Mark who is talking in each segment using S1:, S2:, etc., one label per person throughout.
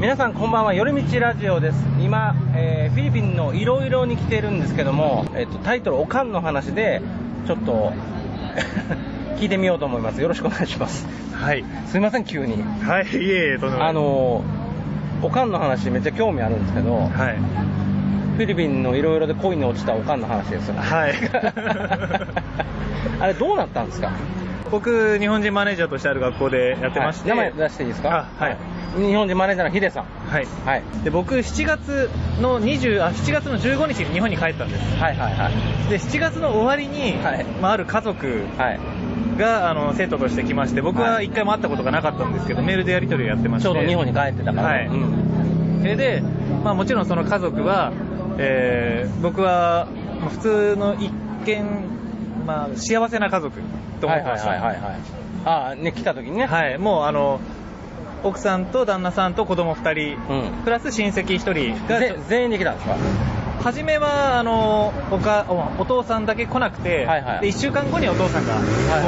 S1: 皆さんこんばんは夜道ラジオです今、えーフィリピンのいろいろに来てるんですけども、えっとタイトル「おかん」の話でちょっと 聞いてみようと思いますよろしくお願いします
S2: はい。
S1: すいません急に
S2: はい、いえいえ、とんでもない。
S1: あ、のおかんの話めっちゃ興味あるんですけど
S2: はい。
S1: フィリピンのいろいろで恋に落ちたおかんの話ですよね
S2: はい
S1: あれどうなったんですか
S2: 僕、日本人マネージャーとしてある学校でやってまして、
S1: はい名前出していいですか
S2: あはい
S1: 日本人マネージャーのヒデさん
S2: はい。
S1: はい
S2: で、僕、7月の20、あ、7月の15日に日本に帰ったんです。
S1: はいはいはい
S2: で、7月の終わりに、
S1: はい
S2: まあ、ある家族
S1: はい
S2: が、あの、生徒として来まして、僕は
S1: はい
S2: 一回も会ったことがなかったんですけど、メールでやり取りをやってまし
S1: ち
S2: て。
S1: ょうど日本に帰ってたから、
S2: はい
S1: うん
S2: それで、まあ、もちろんその家族は、えー僕はまあ普通の一見、まあ、幸せな家族と思
S1: はい
S2: って
S1: は
S2: ま
S1: い
S2: し
S1: はいはい
S2: た
S1: はいああね来た時にねい、
S2: はいもうあの奥さんと旦那さんと子供2人、
S1: うん
S2: プラス親戚1人が
S1: ぜ全員で来たんですか
S2: 初めはあのおかおお父さんだけ来なくて、
S1: はいはい
S2: で1週間後にお父さんが
S1: はい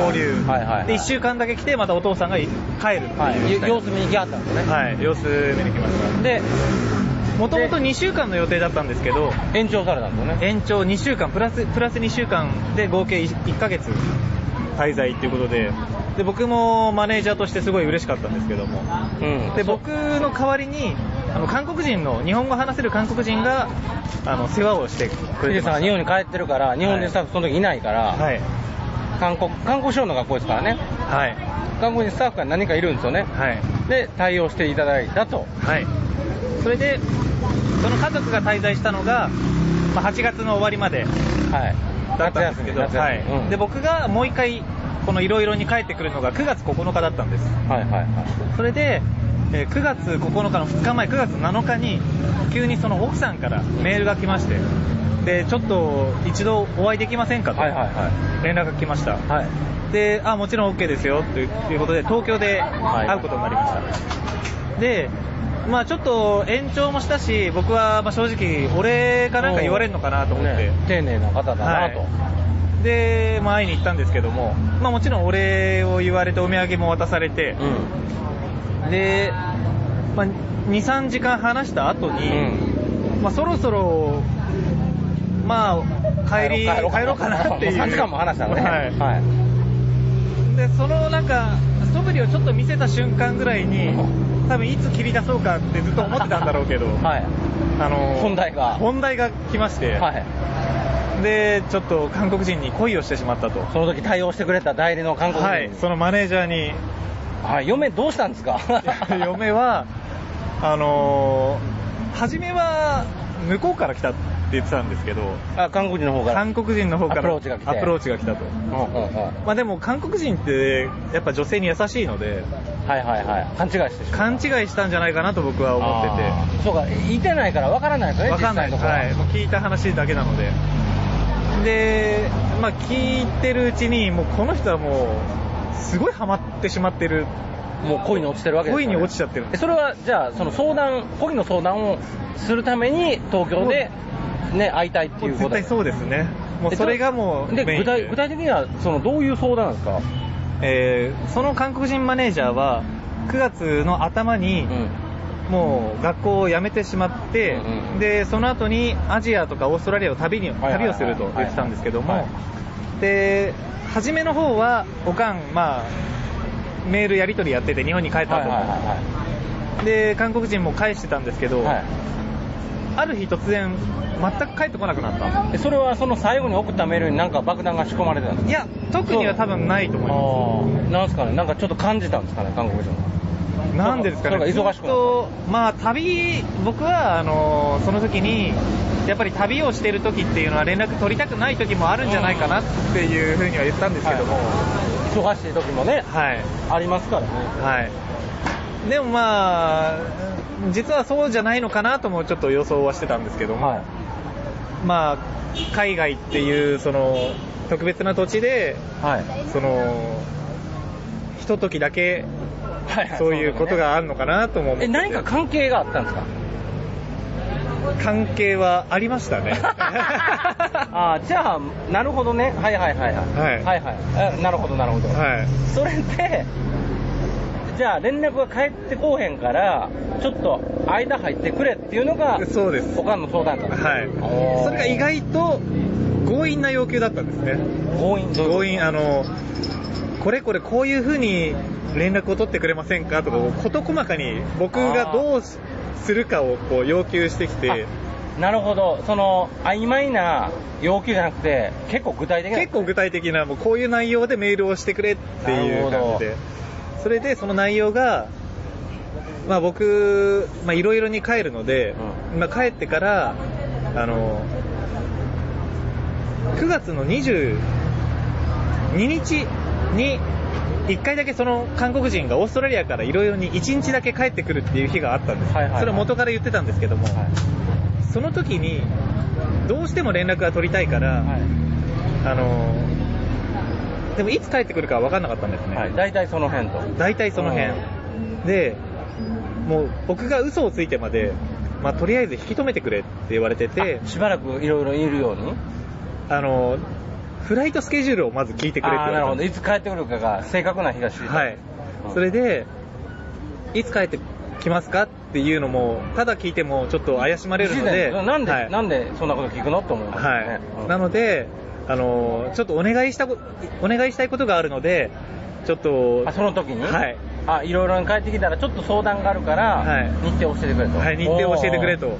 S2: 合流、
S1: はいはいはい
S2: で1週間だけ来てまたお父さんがい帰るっていう、
S1: はいよ様子見に来はったんですね、
S2: はい、様子見に来ました
S1: で
S2: もともと2週間の予定だったんですけど
S1: 延長されたんですよね
S2: 延長2週間プラスプラス2週間で合計 1, ヶ月滞在っていうことでで僕もマネージャーとしてすごい嬉しかったんですけども
S1: うん
S2: で
S1: そう
S2: 僕の代わりにあの韓国人の日本語話せる韓国人があの世話をしてく
S1: ヒデ
S2: れて
S1: さん
S2: ま
S1: が
S2: し
S1: 日本に帰ってるから日本人スタッフその時いないから、
S2: たはい
S1: 韓国韓国省の学校ですからね
S2: はい
S1: 韓国人スタッフが何人かいるんですよね
S2: はい
S1: で対応していただいたと
S2: はいそれでその家族が滞在したのが、まあ、8月の終わりまで
S1: はい
S2: だったんですけど、
S1: 夏休み夏休み
S2: はい
S1: うん
S2: で僕がもう一回このいろいろに帰ってくるのが9月9日だったんです
S1: はいはいはい
S2: それで、えー9月9日の2日前、9月7日に、急にその奥さんからメールが来まして、で、ちょっと一度お会いできませんかと、
S1: はいはいは
S2: 連絡が来ました。
S1: いはい
S2: で、あ、もちろん OK ですよ、ということで、東京で
S1: はい
S2: 会うことになりました。で、まあちょっと延長もしたし、僕はまあ正直、俺がなんか言われるのかなと思って、
S1: ね丁寧な方だなと、
S2: はい、で、まあ会いに行ったんですけども、まあもちろんお礼を言われてお土産も渡されて、
S1: うん
S2: で、まあ、23時間話した後に、まあ、そろそろ、まあ、帰り帰ろうかなっていう
S1: 3時間も 話したのね
S2: はい
S1: はい
S2: でそのなんか素振りをちょっと見せた瞬間ぐらいに多分いつ切り出そうかってずっと思ってたんだろうけど、
S1: はい
S2: あの
S1: 本題が
S2: 本題が来まして、
S1: はい
S2: でちょっと韓国人に恋をしてしまったと
S1: その時対応してくれた代理の韓国人
S2: はいそのマネージャー に
S1: はい嫁どうしたんですか
S2: 嫁は、あのー初めは向こうから来たって言ってたんですけど、
S1: あ韓国人の方から
S2: 韓国人の方から
S1: アプローチが来て
S2: アプローチが来たと。
S1: うんうんうんは
S2: まあでも韓国人ってやっぱ女性に優しいので
S1: いはいはい勘違いしてしまう
S2: 勘違いしたんじゃないかなと僕は思
S1: あ
S2: っ
S1: ーそうかいてないからわからないです
S2: て
S1: よ
S2: て
S1: ね
S2: わかんない
S1: 実
S2: は
S1: 際のところ
S2: いもう聞いた話だけなのででまあ聞いてるうちにもうこの人はもうすごいハマってしまってる
S1: もう恋に落ちてるわけですよね
S2: 恋に落ちちゃってるんで
S1: え
S2: す
S1: それはじゃあその相談恋の相談をするために東京でね会いたいって
S2: も
S1: いううこ
S2: 絶
S1: と
S2: 対そうですねもう
S1: え
S2: それがもう
S1: で
S2: メイン
S1: 具体具体的にはそのどういう相談なんですか
S2: えーその韓国人マネージャーは9月の頭に、もう学校を辞めてしまって、
S1: うんうん
S2: でその後にアジアとかオーストラリアを旅に、
S1: はいはいはい
S2: 旅をすると言ってたんですけども、
S1: はい
S2: で初めの方はおかん、まあ、メールやり取りやってて日本に帰っ
S1: は
S2: た
S1: いはい
S2: と、
S1: は
S2: で韓国人も返してたんですけど、
S1: いはい
S2: ある日突然全く帰ってこなくなった
S1: えそれはその最後に送ったメールになんか爆弾が仕込まれてたんです
S2: いや特には多分ないと思います
S1: かああなんすかねなんかちょっと感じたんですかね韓国人は
S2: なんでですかね、
S1: そうか忙しくなった
S2: ずっとまあ、旅、僕はあのその時に、やっぱり旅をしてる時っていうのは、連絡取りたくない時もあるんじゃないかなっていうふうには言ったんですけども、は
S1: 忙しい時もね
S2: い、
S1: ありますからね
S2: はい、でもまあ、実はそうじゃないのかなともちょっと予想はしてたんですけども、
S1: はい
S2: まあ、海外っていうその特別な土地で、
S1: はい
S2: そのひとときだけ、
S1: はい はい
S2: そういうことがあるのかなとも思って
S1: え
S2: て。
S1: 何か関係があったん ですか
S2: 関係はありまし たね。は
S1: ああじゃあなるほどねはいはいはいはい
S2: はい
S1: はいはいあなるほどなるほど
S2: い。
S1: それでじゃあ連絡が返ってこうへんから、ちょっと間入ってくれっていうのが、
S2: そうです
S1: おかんの相談会。
S2: はい。それが意外と強引な要求だったんですね。
S1: 強引どういうこと
S2: 強引、あの、これこれこういうふうに連絡を取ってくれませんかとか、事細かに僕がどうするかをこう要求してきて、
S1: なるほど、その曖昧な要求じゃなくて、結構具体的な、
S2: 結構具体的な、もうこういう内容でメールをしてくれっていう
S1: なるほど
S2: 感じで、それでその内容が、まあ、僕、まあ、いろいろに帰るので、まあ、帰ってから、あの、9月の22日に、1回だけその韓国人がオーストラリアからいろいろに1日だけ帰ってくるっていう日があったんです、
S1: はいはいはい
S2: それを元から言ってたんですけども、その時にどうしても連絡が取りたいから、
S1: はい
S2: あのでもいつ帰ってくるかは分かんなかったんですね、
S1: はい、大体その辺と、
S2: 大体その
S1: う
S2: 辺、でもう僕が嘘をついてまで、まあ、とりあえず引き止めてくれって言われてて
S1: あしばらくいろいろいるように、
S2: あのフライトスケジュールをまず聞いてくれって
S1: あーな
S2: 言われ
S1: る
S2: た
S1: ほ
S2: ん
S1: ど、
S2: で
S1: いつ帰ってくるかが正確な日が知り
S2: す
S1: たい、
S2: はいそれでいつ帰ってきますかっていうのもただ聞いてもちょっと怪しまれるので
S1: なんで、
S2: はい
S1: なんでそんなこと聞くのと思いますよね、
S2: は
S1: う
S2: い、
S1: ん
S2: なので、あのちょっとお願いしたこお願いしたいことがあるので、ちょっと、
S1: あその時に、
S2: はい、
S1: あいろいろに帰ってきたら、ちょっと相談があるから、
S2: はい
S1: 日程教えてくれと、
S2: はい、日程を教えてくれと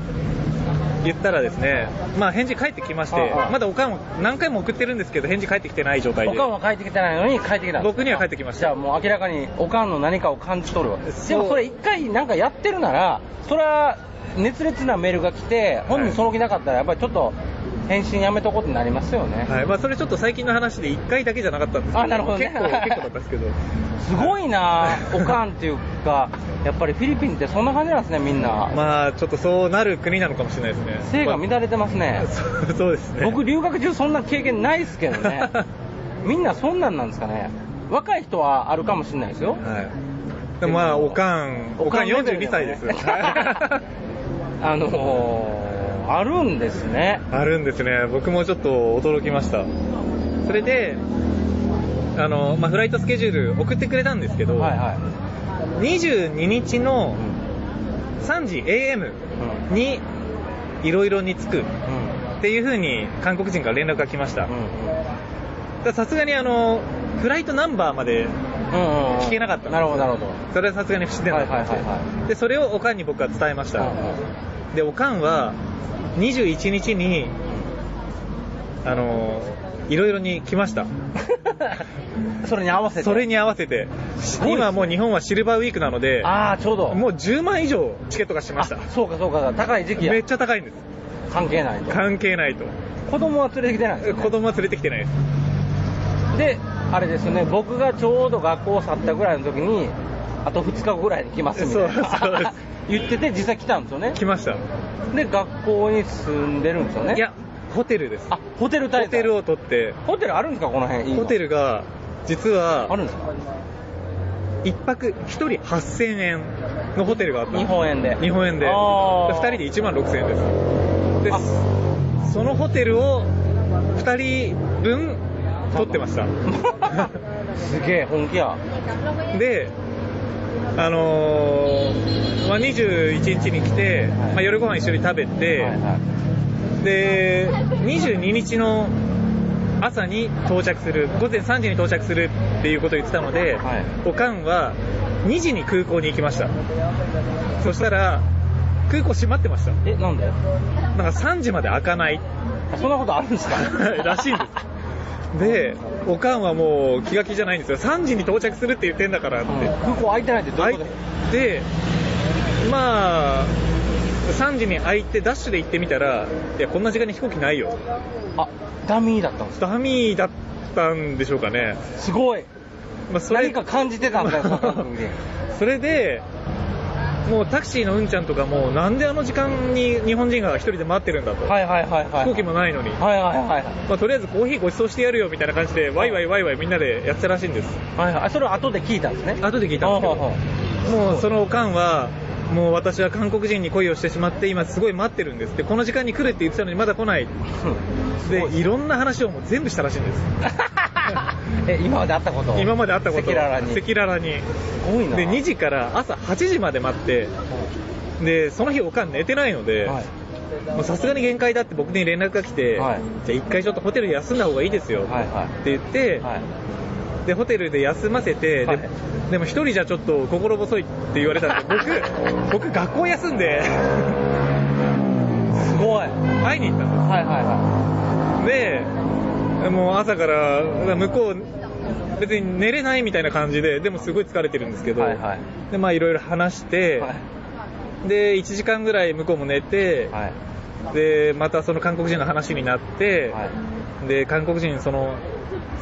S2: 言ったらですね、まあ、返事返ってきまし
S1: は
S2: て
S1: いはい、
S2: まだおかんを何回も送ってるんですけど、返事返ってきてない状態
S1: お
S2: で
S1: かん。は帰ってきてないのに帰ってきたんです
S2: 僕には帰ってきました
S1: じゃあもう明らかにおかんの何かを感じ取るわけですで
S2: そう
S1: もそれ一回なんかやってるならそれは熱烈なメールが来て本人その気なかったらやっぱりちょっと返信やめとこうってなりますよね、
S2: はいまあ、それちょっと最近の話で1回だけじゃなかったんですけど
S1: あなるほどね
S2: 結構結構だったんですけど
S1: すごいなあおかんっていうかやっぱりフィリピンってそんな感じなんですねみんな、
S2: まあちょっとそうなる国なのかもしれないですね
S1: 性が乱れてますね、
S2: そう そうですね
S1: 僕留学中そんな経験ないですけどね みんなそんなんなんですかね若い人はあるかもしれないですよ
S2: はいでもまあおかんおかん42歳です よ
S1: あのー、あるんですね。
S2: あるんですね。僕もちょっと驚きました。それで、あの、まあ、フライトスケジュール送ってくれたんですけど、
S1: はいはい。
S2: 22日の3時 AM
S1: う
S2: に、いろいろに着くっ
S1: ん。うん。
S2: ていう風に韓国人から連絡が来ました。だからさすがにあの、フライトナンバーまで、
S1: うん。うん。
S2: 聞けなかったんですよ
S1: なるほど、なるほど。
S2: それはさすがに不自然だったんですよ
S1: はいはいはい
S2: で、それをおかんに僕は伝えました。で、おかんは、21日に、あの、いろいろに来ました。
S1: うん それに合わせて。
S2: それに合わせ
S1: ごい
S2: て、
S1: ですね
S2: 今もう日本はシルバーウィークなので、
S1: ああ、ちょうど。
S2: もう10万以上チケットがしま
S1: あ
S2: した。
S1: そうかそうか、高い時期や
S2: めっ。ちゃ高いんです。
S1: 関係ないと。
S2: 関係ないと。
S1: 子供は連れてきてないんです、ね。
S2: 子供は連れてきてないです。
S1: で、あれですよね、僕がちょうど学校を去ったぐらいの時に、あと2日後ぐらいに来ますみたいな。
S2: そうそうです
S1: 言ってて、実際来たんですよね。
S2: 来ました。
S1: で、学校に住んでるんですよね。
S2: いや、ホテルです。
S1: あ、ホテル滞在
S2: ホテルを取って、
S1: ホテルあるんですか、この辺。
S2: ホテ
S1: ル
S2: ルが、実
S1: ある
S2: は、
S1: んですか
S2: 一泊一人8000円のホテルがあったんで
S1: 日
S2: す
S1: 本円で。
S2: 日本円で。
S1: あー
S2: 2人で1万6000円で
S1: あ
S2: す。で、そのホテルを2人分取ってました。
S1: すげえ、本気や。
S2: で、あのーまあ、21日に来て、まあ、夜ご飯一緒に食べて、
S1: はいはい
S2: で、22日の朝に到着する、午前3時に到着するっていうことを言ってたので、
S1: はい
S2: おかんは2時に空港に行きました。そしたら、空港閉まってました。
S1: え、なんで
S2: なんか3時まで開かない
S1: あそんなことあるんですか
S2: らしいんです。で、おかんはもう気が気じゃないんですよ。3時に到着するって言ってんだからって。
S1: うん空港空いてないってどういうことですか
S2: はいで、まあ、3時に空いて、ダッシュで行ってみたら、いや、こんな時間に飛行機ないよ。
S1: あ、ダミーだったんですか
S2: ダミーだったんでしょうかね。
S1: すごい。
S2: まあ、それ
S1: 何か感じてたんだよ、その時 に。
S2: それで、もうタクシーのうんちゃんとかも、なんであの時間に日本人が一人で待ってるんだと。
S1: はいはいはいはい。
S2: 飛行機もないのに。
S1: はいはいはい
S2: まあ、とりあえずコーヒーご馳走してやるよみたいな感じで、ワイワイワイワイみんなでやってたらしいんです。
S1: はい。はいはい。あそれを後で聞いたんですね。
S2: 後で聞いたんですけ
S1: ほうほ
S2: ど
S1: うほ
S2: もうそのおかんは、もう私は韓国人に恋をしてしまって、今すごい待ってるんですって、この時間に来るって言ってたのにまだ来ない。
S1: う
S2: で、 いろんな話をもう全部したらしいんです。
S1: え、今まで会ったこと
S2: 今まで会ったこと
S1: 赤裸々に。
S2: 赤裸々に。
S1: 5ごいな
S2: で2時から朝8時まで待ってでその日おかん寝てないので、
S1: はい
S2: もうさすがに限界だって僕に連絡が来て、
S1: はい
S2: じゃあ一回ちょっとホテル休んだ方がいいですよ、
S1: はいはい
S2: って言って、
S1: はい
S2: でホテルで休ませて、で
S1: はい
S2: でも一人じゃちょっと心細いって言われたんで僕僕学校休んで
S1: すごいはい
S2: 会いに行ったんですよ
S1: はいは
S2: で、もう朝から、向こう、別に寝れないみたいな感じで、でもすごい疲れてるんですけど、
S1: はいはい
S2: で、まあいろいろ話し
S1: い
S2: て、
S1: はい
S2: で、1時間ぐらい向こうも寝て、
S1: はい
S2: で、またその韓国人の話になって、
S1: はい
S2: で、韓国人、その、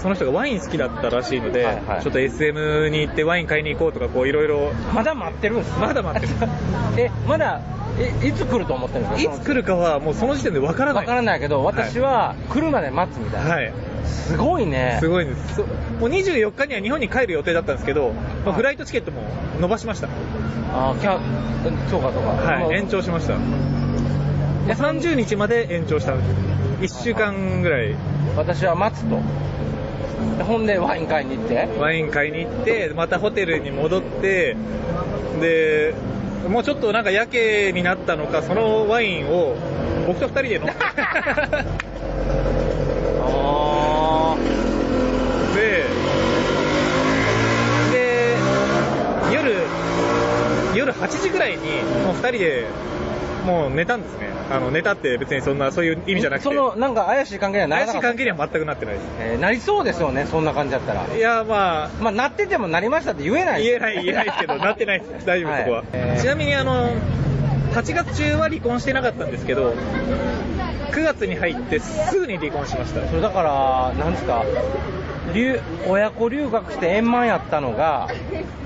S2: その人がワイン好きだったらしいので、
S1: はいはい
S2: ちょっと SM に行ってワイン買いに行こうとか、こういろいろ、
S1: まだ待ってるんです
S2: まだ待ってる
S1: えまだえいつ来ると思ってるんです
S2: い
S1: か
S2: つ来るかはもうその時点でわからない。
S1: わからないけど私は来るまで待つみたいな、
S2: はい。
S1: すごいね
S2: すごいんです。そもう24日には日本に帰る予定だったんですけど、まあフライトチケットも伸ばしました。
S1: あキャ そうかそうかも
S2: は
S1: う
S2: い、延長しました。で30日まで延長したんです。1週間ぐらい
S1: 私は待つとほんでワイン買いに行って
S2: ワイン買いに行って、またホテルに戻って、で、もうちょっとなんかやけになったのか、そのワインを僕と2人で飲ん で、
S1: あ
S2: で、で、夜、夜8時ぐらいに、もう2人で、もう寝たんですね。あの、寝たって別にそんな、そういう意味じゃなくて
S1: そ、のなんか怪しい関係にはなら
S2: 怪
S1: なか
S2: しい
S1: った
S2: 関係には全くなってないです。
S1: えーなりそうですよねそんな感じだったら
S2: いや、まあ、
S1: まあなっててもなりましたって言えない
S2: 言えない、言えないですけ ど、なってないです。大丈夫、
S1: はい
S2: そこは。
S1: えー
S2: ちなみに、あの、8月中は離婚してなかったんですけど、9月に入ってすぐに離婚しました。
S1: それだからなんですか留親子留学して円満やったのが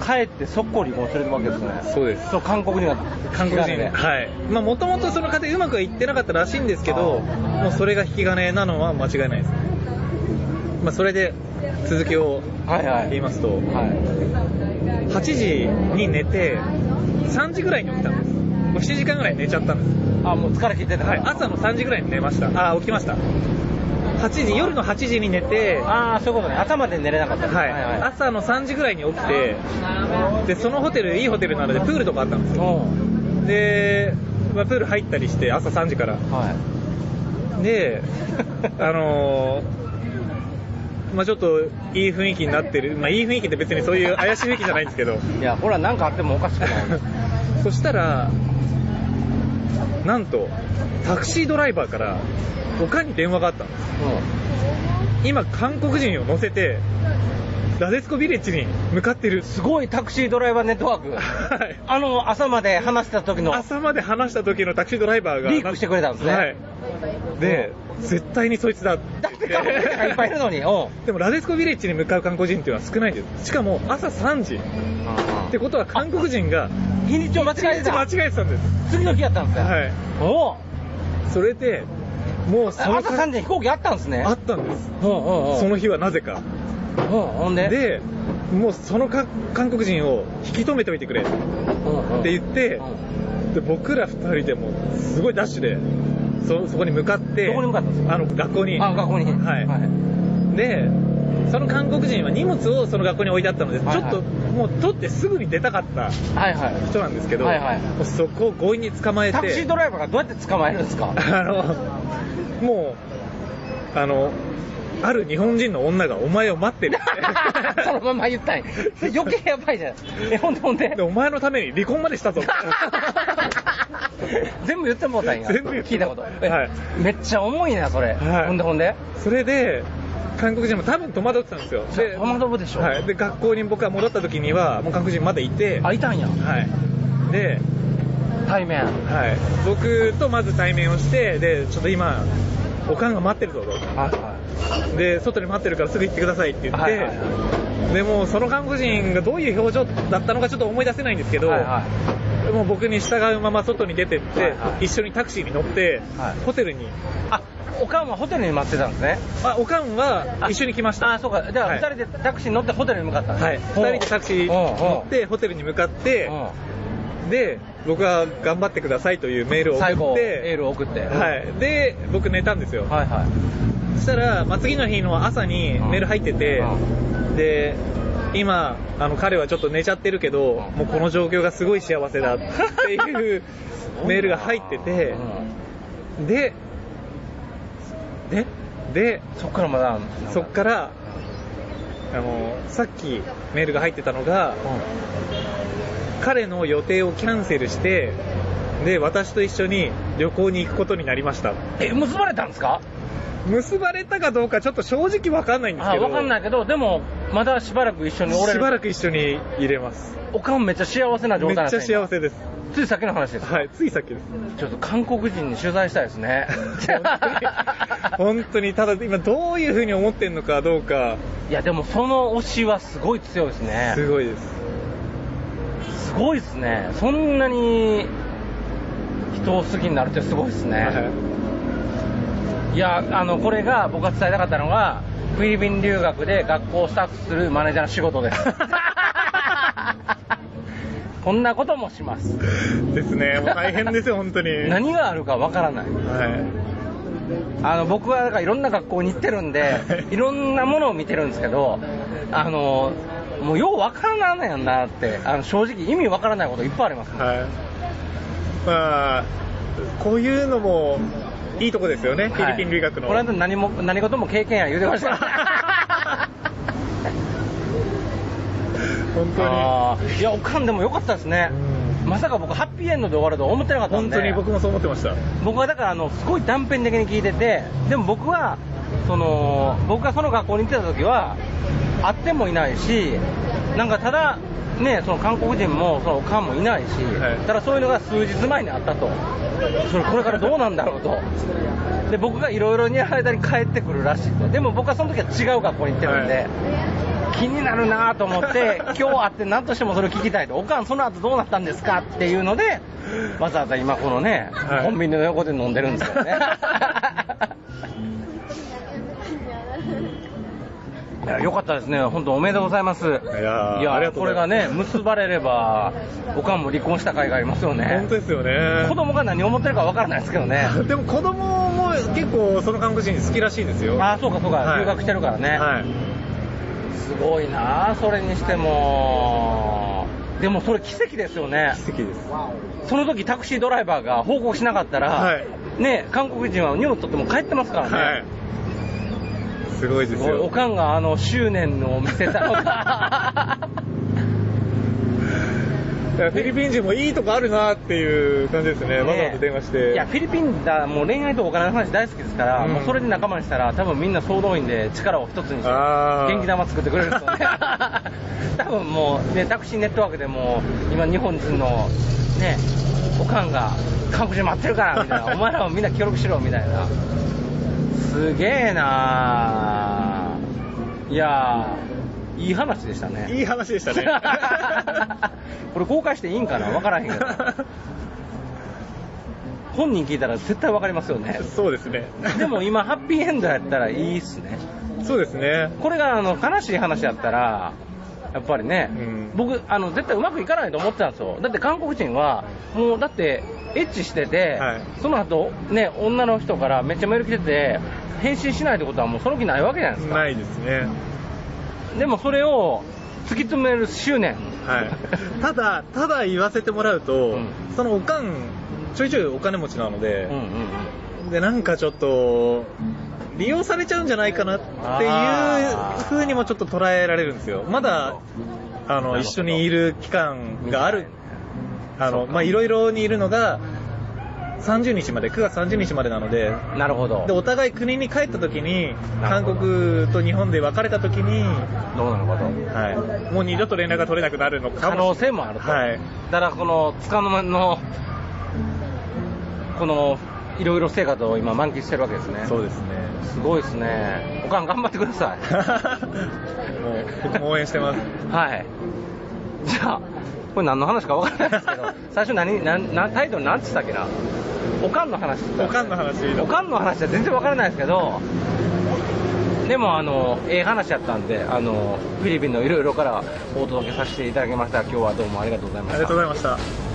S1: 帰って速攻離婚するわけですね
S2: そうです
S1: そう韓国人が
S2: 韓国人はいまあもともとその家庭うまくはいってなかったらしいんですけど
S1: あ
S2: もうそれが引き金なのは間違いないですねまあそれで続きを
S1: はいはい
S2: 言いますと
S1: は
S2: 8時に寝て3時ぐらいに起きたんですもう7時間ぐらい寝ちゃったんです
S1: いあもう疲れ切ってたか
S2: はい、
S1: ら、
S2: 朝の3時ぐらいに寝ました。あ、起きました。8時、夜の8時に寝て、は
S1: ああそういうことね朝まで寝れなかった
S2: い、朝の3時ぐらいに起きて、で、そのホテル、いいホテルなので、プールとかあったんですよ。
S1: うん
S2: で、まあ、プール入ったりして、朝3時から。
S1: はい
S2: で、あのーまあちょっと、いい雰囲気になってる。まあいい雰囲気って別にそういう怪しい雰囲気じ ゃないんですけ ど。
S1: いや、これは何かあってもおかしくない。
S2: そしたら、なんと、タクシードライバーから、おかんに電話があったんです。今韓国人を乗せてラデスコビレッジに向かってる
S1: すごいタクシードライバーネットワーク。
S2: はい
S1: あの、朝まで話してた時の、
S2: 朝まで話した時のタクシードライバーが
S1: リークしてくれたんですね
S2: はいで絶対にそいつだって
S1: だって韓国人がいっぱいいるのに、うん。
S2: でもラデスコビレッジに向かう韓国人っていうのは少ないんですしかも朝3時ってことは韓国人が
S1: 日にちを間
S2: 間
S1: 違
S2: 違
S1: え
S2: え
S1: てた。
S2: てたんです
S1: 次の日やったんですか
S2: はい
S1: おう
S2: それでもうその
S1: 朝3時に飛行機あったんですね。
S2: あったんです
S1: うんうんうん。
S2: その日はなぜか
S1: うん、ほんで。
S2: でもうそのか韓国人を引き止めておいてくれ
S1: うんうん、
S2: って言って
S1: うん
S2: で僕ら2人でもすごいダッシュでそそこに向かって
S1: どこに向かったんですか
S2: あの学校に
S1: あ、学校に。
S2: はいでその韓国人は荷物をその学校に置いてあったので、
S1: はいはい
S2: ちょっともう取ってすぐに出たかった
S1: はいはい
S2: 人なんですけど、
S1: はいはい
S2: もうそこを強引に捕まえて
S1: タクシードライバーがどうやって捕まえるんですか
S2: あのもうあのある日本人の女がお前を 待ってるって
S1: そのまま言ったんや。それ余計やばいじゃないえ、ほんでほんで。
S2: でお前のために離婚までし たぞ
S1: 全部言ってもうたんや。
S2: 全部言って
S1: 聞いたこと。
S2: はい
S1: めっちゃ重いな、それ。
S2: はい
S1: ほんでほんで。
S2: それで、韓国人も多分戸惑ってたんですよ。で、
S1: 戸惑うでしょ
S2: はい。で、学校に僕が戻った時には、もう韓国人まだいて、
S1: あ、いたんや。
S2: はい。で、
S1: 対面。
S2: はい。僕とまず対面をして、で、ちょっと今、おかんが待ってるぞ
S1: は
S2: と。で、外で待ってるからすぐ行ってくださいって言って、
S1: はいはい
S2: でもうその韓国人がどういう表情だったのかちょっと思い出せないんですけど、
S1: はいは
S2: もう僕に従うまま外に出てって、
S1: はいはい
S2: 一緒にタクシーに乗って、
S1: はい
S2: ホテルに、
S1: あ、おかんはホテルに待ってたんですね。
S2: あ、おかんは
S1: あ
S2: 一緒に来ました。
S1: あ、そうか。じゃあ、
S2: は
S1: 二
S2: い
S1: 人でタクシーに乗ってホテルに向かったんです
S2: はい、
S1: ね
S2: 2人でタクシー乗っ、てホテルに向かっ
S1: うん
S2: て
S1: うんうん
S2: で僕は頑張ってくださいというメールを
S1: 最
S2: 送っ
S1: 後、エー
S2: て
S1: ルを送って。
S2: はい、で僕寝たんですよ、
S1: はいはい。
S2: そしたら、まあ、次の日の朝にメール入ってて
S1: う
S2: で今、あの彼はちょっと寝ちゃってるけど、もうこの状況がすごい幸せだっ ていうメールが入ってて、で、で、で、
S1: そっからまだ
S2: そっから、あのさっきメールが入ってたのが、彼の予定をキャンセルして、で、私と一緒に旅行に行くことになりました。
S1: え結ばれたんですか
S2: 結ばれたかどうかちょっと正直わかんないんです
S1: あ
S2: けど、
S1: 分かんないけどでもまだしばらく一緒に俺
S2: しばら
S1: く
S2: く一緒に入れます。
S1: おかんめっちゃ幸せな状
S2: めっ
S1: 態
S2: ち
S1: なんで
S2: ゃ
S1: すね
S2: 幸せです。
S1: 今ついさっきの話です、
S2: はい、つい 先です。
S1: ちょっと韓国人に取材したいですね
S2: 本当に、ただ今どういうふうに思ってんのかどうか、
S1: いやでもその推しはすごい強いですね
S2: すごいです。
S1: すごいですねそんなに人を好きになるってすごいですね、
S2: はい
S1: やあのこれが僕が伝えたかったのがフィリピン留学で学校をスタッフするマネージャーの仕事です こんなこともします
S2: い、ですね、もう大変ですよ、本当に。
S1: 何があるかわからない
S2: は
S1: あの僕はだからいろんな学校に行ってるん でいろんなものを見てるんですけどあのもうようわからないやんなってあの正直意味わからないこといっぱいあります
S2: い、はい。まあ、こういうのもいいとこですよね、フィリピン留学の。
S1: はいこの間何も何事も経験や言うてま した
S2: 本当
S1: あーいやおかんでもよかったですね
S2: に。うん
S1: まさか僕ハッピーエンドで終わるとは思ってなかったん
S2: 本
S1: で
S2: 当に僕もそう思ってました。
S1: 僕はだからあのすごい断片的に聞いててでも僕はその僕がその学校に行ってた時は会ってもいないしなんかただねその韓国人もそのおかんもいないし、
S2: はい
S1: ただそういうのが数日前にあったとそれこれからどうなんだろうとで僕がいろいろにやられたり帰ってくるらしいとでも僕はその時は違う学校に行ってるんで、
S2: はい
S1: 気になるなと思って、 今日会って何としてもそれを聞きたいと、おかん、その後どうなったんですかっていうので、わざわざ今、このね、
S2: はい
S1: コンビニの横で飲んでるんですよね。いやよかったですね、本当おめでとうございます。い
S2: ーありがとう
S1: こ
S2: ご
S1: れ
S2: ざいま
S1: が
S2: す
S1: ね、結ばれれば、おかんも離婚した甲斐がありますよね
S2: 本。当ですよね。
S1: 子供が何を思ってるかわからないですけど ね。
S2: でも子供も結構その韓国人好きらしいですよ。
S1: ああ、そうかそうか、
S2: はい
S1: 留学してるからね。
S2: はい。
S1: すごいなあそれにしてもでもそれ奇跡ですよね
S2: 奇跡です。
S1: その時タクシードライバーが報告しなかったら、
S2: はい
S1: ね韓国人は荷物取っても帰ってますからね、
S2: はい。すごいです
S1: すごい
S2: よ。
S1: おかんがあの執念を見せ たのが
S2: だからフィリピン人もいいとこあるなっていう感じですね。わざわざ電話して。
S1: いやフィリピンだもう恋愛とお金の話大好きですから、
S2: うん
S1: もうそれで仲間にしたら多分みんな総動員で力を一つにして
S2: あー
S1: 元気玉作ってくれるんですよね 多分もうねタクシーネットワークでも今日本人のねおかんが韓国人待ってるからみたいなお前らもみんな協力しろみたいなすげえなあいやーいい話でしたね
S2: いい話でした ね。
S1: これ公開していいんかな分からへんけど 本人聞いたら絶対分かりますよね
S2: そうですね。
S1: でも今ハッピーエンドやったらいいっすね
S2: そうですね。
S1: これがあの悲しい話やったらやっぱりね、
S2: うん
S1: 僕あの絶対うまくいかないと思ってたんですよだって韓国人はもうだってエッチしてて、
S2: はい
S1: その後ね女の人からめっちゃメール来てて返信しないってことはもうその気ないわけじゃないですか
S2: ないですね。
S1: でもそれを突き詰める執念
S2: はい。ただ、ただ言わせてもらうと、
S1: うん
S2: そのおかん、ちょいちょいお金持ちなので、
S1: うんうんうん
S2: で、なんかちょっと、利用されちゃうんじゃないかな
S1: あ
S2: っ
S1: ー
S2: ていう風にもちょっと捉えられるんですよ。まだ、
S1: な
S2: あの、
S1: るほど
S2: 一緒にいる期間がある、あ
S1: そう
S2: の、
S1: か
S2: まあ、いろいろにいるのが、30日まで、9月30日までなので、
S1: なるほど
S2: で、
S1: ど
S2: お互い国に帰った時に、
S1: なる
S2: 韓
S1: ほど
S2: 国と日本で別れた時に、
S1: うなるほど
S2: はい、もう二度と連絡が取れなくなるのか
S1: 可
S2: も
S1: 能
S2: し
S1: 性もあると、
S2: はい
S1: だからこのつかの間のこのいろいろ生活を今満喫してるわけですね
S2: れない。そうですね。
S1: すごいですねおかん頑張ってください
S2: もう、僕も応援してます。
S1: はいじゃあこれ何の話か分からないですけど最初何何何タイトル何つったっけなおかんの話
S2: おかんの話
S1: おかんの話は全然わからないですけど、でもあの、ええ話やったんで、あの、フィリピンのいろいろからお届けさせていただきました。今日はどうもありがとうございま
S2: あ
S1: し
S2: り
S1: た
S2: がとう。ございました。